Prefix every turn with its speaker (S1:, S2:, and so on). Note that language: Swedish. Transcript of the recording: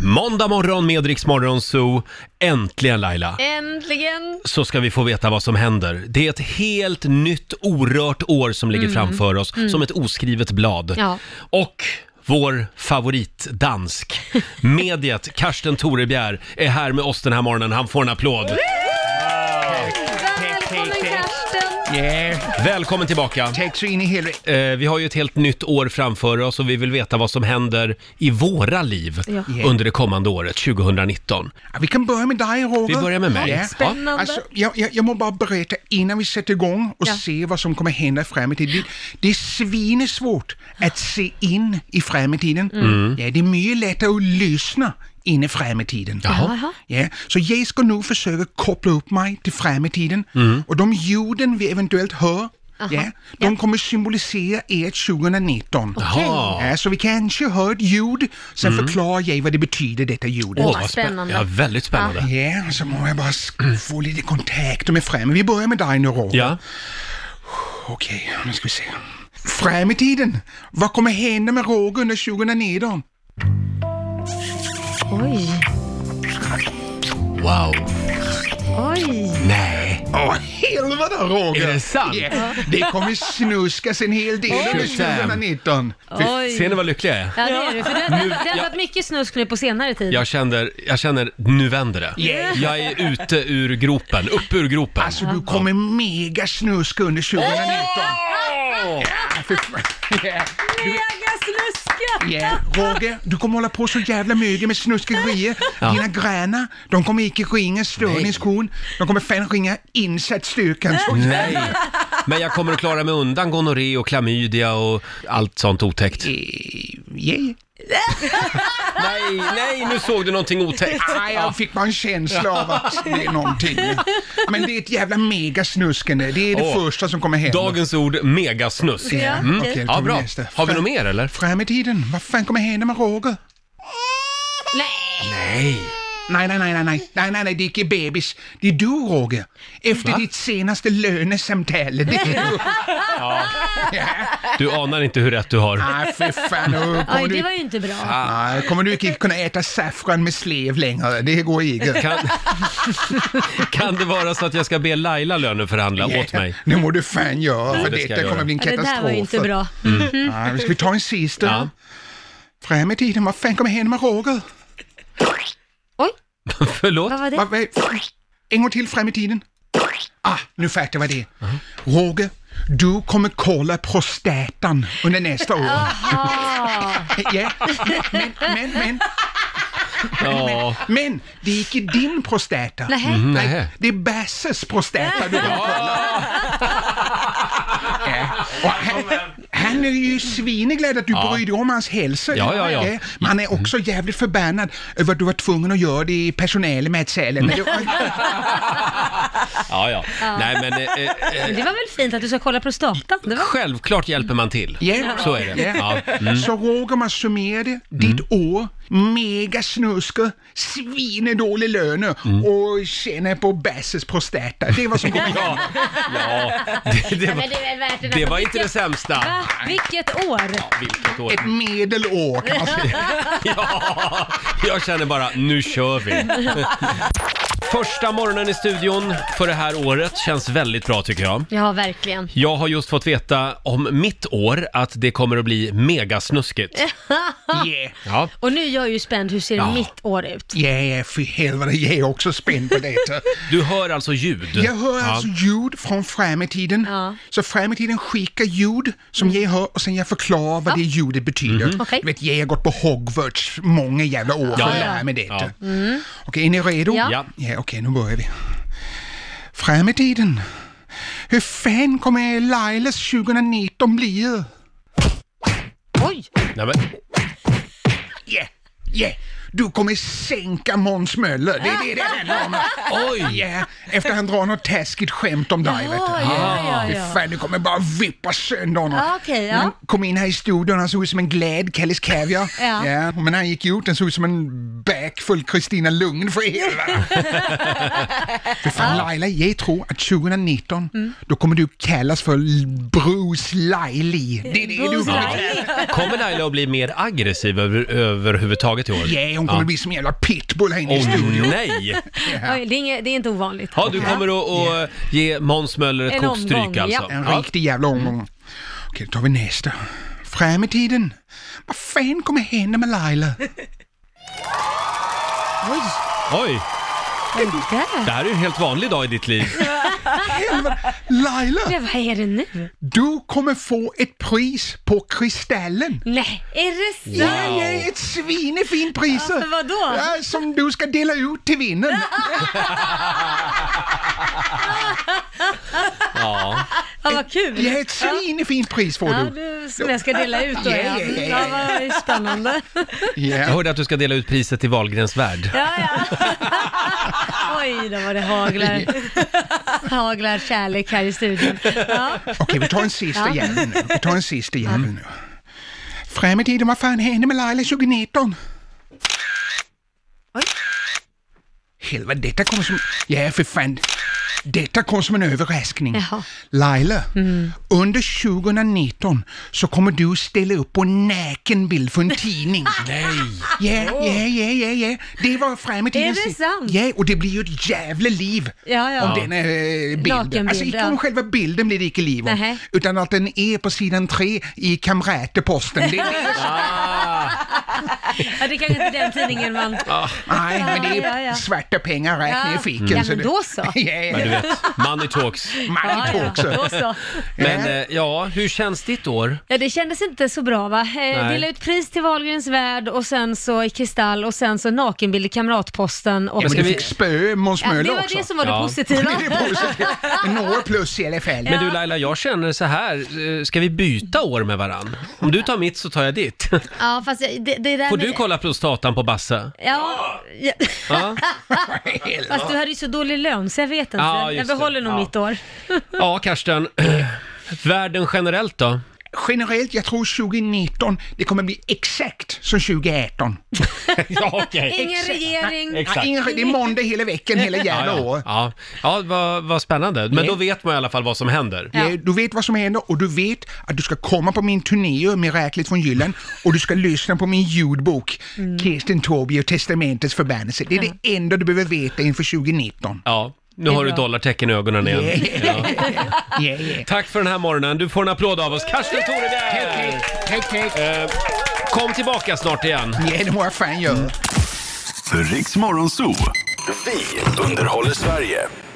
S1: Måndag morgon med Rix Morgon Zoo. Äntligen Laila!
S2: Äntligen!
S1: så ska vi få veta vad som händer. Det är ett helt nytt orört år som ligger framför oss, som ett oskrivet blad.
S2: Mm. Ja.
S1: Och vår favoritdansk, mediet Karsten Torebjer, är här med oss den här morgonen. Han får en applåd.
S2: Välkommen Karsten!
S3: Yeah.
S1: Välkommen tillbaka!
S3: Take så in i helvete.
S1: Eh, Vi har ju ett helt nytt år framför oss och vi vill veta vad som händer i våra liv
S2: Ja.
S1: under det kommande året, 2019.
S3: Vi kan börja med dig Roger.
S1: Vi börjar med mig.
S3: Ja.
S1: Ja.
S2: Spännande!
S3: Alltså, jag, jag, jag må bara berätta innan vi sätter igång och
S2: Ja.
S3: ser vad som kommer hända i framtiden. Det, det är svinesvårt att se in i framtiden.
S2: Mm.
S3: Ja, det är mycket lättare att lyssna in i framtiden.
S2: Jaha.
S3: Ja, så jag ska nu försöka koppla upp mig till framtiden
S2: Mm.
S3: och de ljuden vi eventuellt hör, ja, de kommer symbolisera ert 2019.
S1: Jaha.
S3: Ja, så vi kanske hör ett ljud, sen
S2: Mm.
S3: förklarar jag vad det betyder, detta
S1: Åh,
S3: ljudet.
S2: Vad
S1: vad spännande.
S2: spännande.
S1: Ja, väldigt spännande.
S3: Ja, så må jag bara sk- få lite kontakt med fram. Vi börjar med dig nu, Roger.
S1: Ja.
S3: Okej, nu ska vi se. Fram i tiden! Vad kommer hända med Roger under 2019?
S2: Oj,
S1: Wow.
S2: oj!
S1: Nej.
S3: Åh, helvete Roger!
S1: Är det sant?
S3: Ja, det kommer snuskas en hel del under 2019.
S2: oj.
S1: Ser ni vad lycklig jag är?
S2: Ja, det är du. För det, det, det har
S1: jag-
S2: varit mycket snusk nu på senare tid.
S1: Jag känner, jag känner, nu vänder det.
S3: Yeah.
S1: Jag är ute ur gropen, upp ur gropen.
S3: Alltså, du kommer mega snuska under 2019. Ja, för fan. Ja.
S2: Mega snuska!
S3: Ja, Roger, du kommer hålla på så jävla mycket med snuskerier. Dina grannar, de kommer icke ringa störningskon. De kommer fan ringa insatsstyrkan.
S1: Nej. Men jag kommer att klara mig undan gonorré och klamydia och allt sånt otäckt.
S3: Yeah.
S1: Nej, nej, nu såg du någonting otäckt.
S2: Ah,
S3: Nej, jag fick bara en känsla av att det är någonting. Men det är ett jävla megasnuskande. Det är det
S1: Åh.
S3: första som kommer hända.
S1: Dagens ord, megasnusk.
S2: Ja, okej.
S3: Okej, då
S1: Ja,
S3: tar vi
S1: bra.
S3: nästa.
S1: Har vi
S3: Fram-
S1: något mer eller?
S3: Fram i tiden, vad fan kommer hända med Roger?
S2: Nej!
S1: Nej.
S3: Nej, nej, nej, nej, nej, nej, nej, nej, det är inte bebis. Det är du, Roger. Efter ditt senaste lönesamtal. Det är du. Ja.
S1: Du anar inte hur rätt du har.
S3: Nej, för fan. Då
S2: Oj,
S3: Kommer
S2: det
S3: du,
S2: var ju inte bra.
S3: nej, kommer du inte kunna äta saffran med slev längre? Det går inte.
S1: Kan, kan det vara så att jag ska be Laila löneförhandla åt mig?
S3: Nu må du fan göra, för
S1: det ska jag
S3: detta
S1: göra.
S3: kommer bli en
S2: Ja, det
S3: katastrof.
S2: där var ju inte bra.
S3: Nej, ska vi ta en sista?
S1: Ja.
S3: Fram i tiden, vad fan kommer hända med Roger?
S2: Oj,
S1: Förlåt?
S2: vad var det?
S3: Vad, vad, en gång till fram i tiden. Ah, nu fattar jag vad det är. Roger, du kommer kolla prostatan under nästa år. ja, men, men, men,
S1: Ja.
S3: men, det gick i din prostata.
S2: Nähä.
S1: Nej.
S3: Det är Basses prostata du har kollat. Ja. Och han, han är ju svineglad att du bryr dig om hans hälsa.
S1: Ja, ja, ja.
S3: Men han är också jävligt förbannad över att du var tvungen att göra det i personalen med
S1: Mm.
S3: cellen. Men det var-
S1: Ja, ja. Nej, men eh, eh,
S2: Det var väl fint att du ska kolla prostatan? Det var...
S1: självklart hjälper man till.
S3: Ja.
S1: Så är det. Ja. Mm.
S3: Så Roger, man summerar det. Ditt år, mega snuske, svinedålig lön
S1: Mm.
S3: och känner på Basses prostata. Det är vad som kommer hända.
S1: Ja, det, det,
S2: Men
S1: var,
S2: det är väl värt det där.
S1: det var inte det sämsta.
S2: Va? Vilket år!
S1: Vilket år.
S3: Ett medelår kan man säga.
S1: Ja, jag känner bara, nu kör vi. Första morgonen i studion för det här året känns väldigt bra tycker jag.
S2: Ja, verkligen.
S1: Jag har just fått veta om mitt år att det kommer att bli megasnuskigt.
S3: Yeah.
S1: Ja.
S2: Och nu är jag ju spänd, hur ser
S1: Ja.
S2: mitt år ut?
S3: Ja, ja, för helvete, jag är också spänd på detta.
S1: Du hör alltså ljud?
S3: Jag hör
S1: Ja.
S3: alltså ljud från framtiden.
S2: Ja. Mm.
S3: Så framtiden skickar ljud som jag hör och sen jag förklarar vad det ljudet betyder.
S2: Okej.
S3: Du vet, jag har gått på Hogwarts många jävla år för
S1: Mhm. Ja,
S3: att
S1: ja.
S3: lära mig detta.
S1: Ja.
S3: Okej, är ni redo?
S2: Mm. Ja.
S1: Ja.
S3: Ja, okej, nu börjar vi. Framtiden. Hur fan kommer Lailas 2019 bli?
S2: Oj!
S1: Nej, men,
S3: Ja, ja. Du kommer sänka Måns Möller, det är det det handlar om.
S1: oj!
S3: Ja, efter han drar något taskigt skämt om dig, vet du. Ah,
S2: Ja, ja,
S3: Fy
S2: ja.
S3: Fan, du kommer bara vippa sönder honom.
S2: Ja, okej, ja.
S3: När han kom in här i studion, han såg ut som en glad Kallis Kaviar.
S2: Ja.
S3: men när han gick ut, han såg ut som en backfull Kristina Lugn för helvete. Fy fan Laila, jag tror att 2019,
S2: Mm.
S3: då kommer du kallas för L- Bruce Laili. Det är det du
S2: Bruce
S3: kommer
S2: Laili.
S3: kallas.
S1: Kommer Laila att bli mer aggressiv över, överhuvudtaget i år?
S3: Ja, med, hon kommer bli som en jävla pitbull här inne i
S1: Åh
S3: studion.
S1: nej!
S2: Oj, det, är inget, det är inte ovanligt.
S1: Ja, du kommer att att ge Måns Möller ett
S2: En
S1: kokstryk
S2: omgång, ja.
S1: alltså.
S3: En
S1: Ja.
S3: riktig jävla omgång. Okej, då tar vi nästa. Fram i tiden. Vad fan kommer hända med Laila?
S2: Oj,
S1: Oj,
S2: vad är det där?
S1: det här är ju en helt vanlig dag i ditt liv.
S3: Laila,
S2: Ja, vad är det nu?
S3: du kommer få ett pris på Kristallen.
S2: Nej, är det
S1: Wow.
S2: sant?
S3: Det är ett svinefint pris!
S2: Ja, för vadå?
S3: Ja, som du ska dela ut till vinnaren.
S1: Ja.
S2: Ja, vad kul!
S3: Det är ett svinefint pris får
S2: Ja,
S3: du.
S2: du, som jag ska dela ut då ja.
S3: Ja, ja, ja,
S2: ja vad spännande.
S1: Jag
S3: Ja.
S1: hörde att du ska dela ut priset till Wahlgrens värld.
S2: Ja, ja. Oj, då var det haglar. Haglar kärlek här i studion. Ja.
S3: Okej, vi tar en sista
S2: Ja. Mm.
S3: jävel nu. Vi tar en sista jävel nu. Fram i tiden, vad fan hände med Laila 2019?
S2: Oj.
S3: Helvete, detta kom som... Ja, för fan. Detta kom som en överraskning.
S2: Jaha. Mm.
S3: Laila, under 2019 så kommer du ställa upp på en nakenbild för en tidning.
S1: Nej!
S3: Ja, ja, ja, ja, ja. Det var fram i tiden.
S2: Är det sant?
S3: Ja, och det blir ju ett jävla liv
S2: Ja, ja.
S3: om den eh, bilden.
S2: Nakenbild,
S3: Alltså inte
S2: ja.
S3: om själva bilden blir det icke liv om,
S2: Nähä.
S3: utan att den är på sidan tre i kamraterposten. Det är,
S2: ja, det kanske inte är den tidningen man...
S3: nej, men det är
S2: Ja, ja, ja.
S3: svarta pengar rätt
S2: Ja.
S3: ner i fiken.
S2: Ja,
S3: så
S2: men
S3: det-
S2: då så.
S3: Ja, ja.
S1: Men du vet, money talks.
S3: Man
S2: Ja,
S3: tror
S2: ja,
S3: också.
S2: då så.
S1: Men eh, ja, hur känns ditt år?
S2: Ja, det kändes inte så bra va? Eh,
S1: Nej.
S2: dela ut pris till Wahlgrens värld och sen så i Kristall och sen så nakenbild i Kamratposten och...
S3: Men
S1: ska
S3: du
S1: vi-
S3: fick spö Måns
S2: Ja, det
S3: Möller
S2: var
S3: också.
S2: det som var det
S1: Ja.
S2: positiva.
S3: Det är positivt. Några plus i alla fall.
S1: Men du Laila, jag känner så här, eh, ska vi byta år med varann? Om du tar mitt så tar jag ditt.
S2: Ja, fast jag- det, det där
S1: Får
S2: med-
S1: du kolla prostatan på Basse?
S2: Ja, ja.
S1: Ja,
S2: fast du hade ju så dålig lön så jag vet inte.
S1: Ja,
S2: jag
S1: just
S2: behåller
S1: det. Ja.
S2: nog mitt år.
S1: ja Karsten. Världen generellt då?
S3: Generellt, jag tror 2019, det kommer bli exakt som 2018.
S1: Ja, okej.
S2: Ingen regering.
S1: Exakt.
S3: Ja, ingen- det är måndag hela veckan, hela jävla
S1: Ja,
S3: år.
S1: ja. ja vad, vad spännande. Men då vet man i alla fall vad som händer.
S2: Ja.
S3: Ja. Du vet vad som händer och du vet att du ska komma på min turné Miraklet från Jylland och du ska lyssna på min ljudbok Kirsten Torbje och Testamentets förbannelse. Det är det enda du behöver veta inför 2019.
S1: Ja, nu
S2: är
S1: har du
S2: bra.
S1: dollartecken i ögonen igen. Ja.
S3: Yeah, yeah.
S1: Tack för den här morgonen. Du får en applåd av oss. Karsten Torebjer!
S3: Tack, tack.
S1: Eh, Kom tillbaka snart igen.
S3: Ja, det må jag fan göra.
S4: Riks Morgonzoo. Vi underhåller Sverige.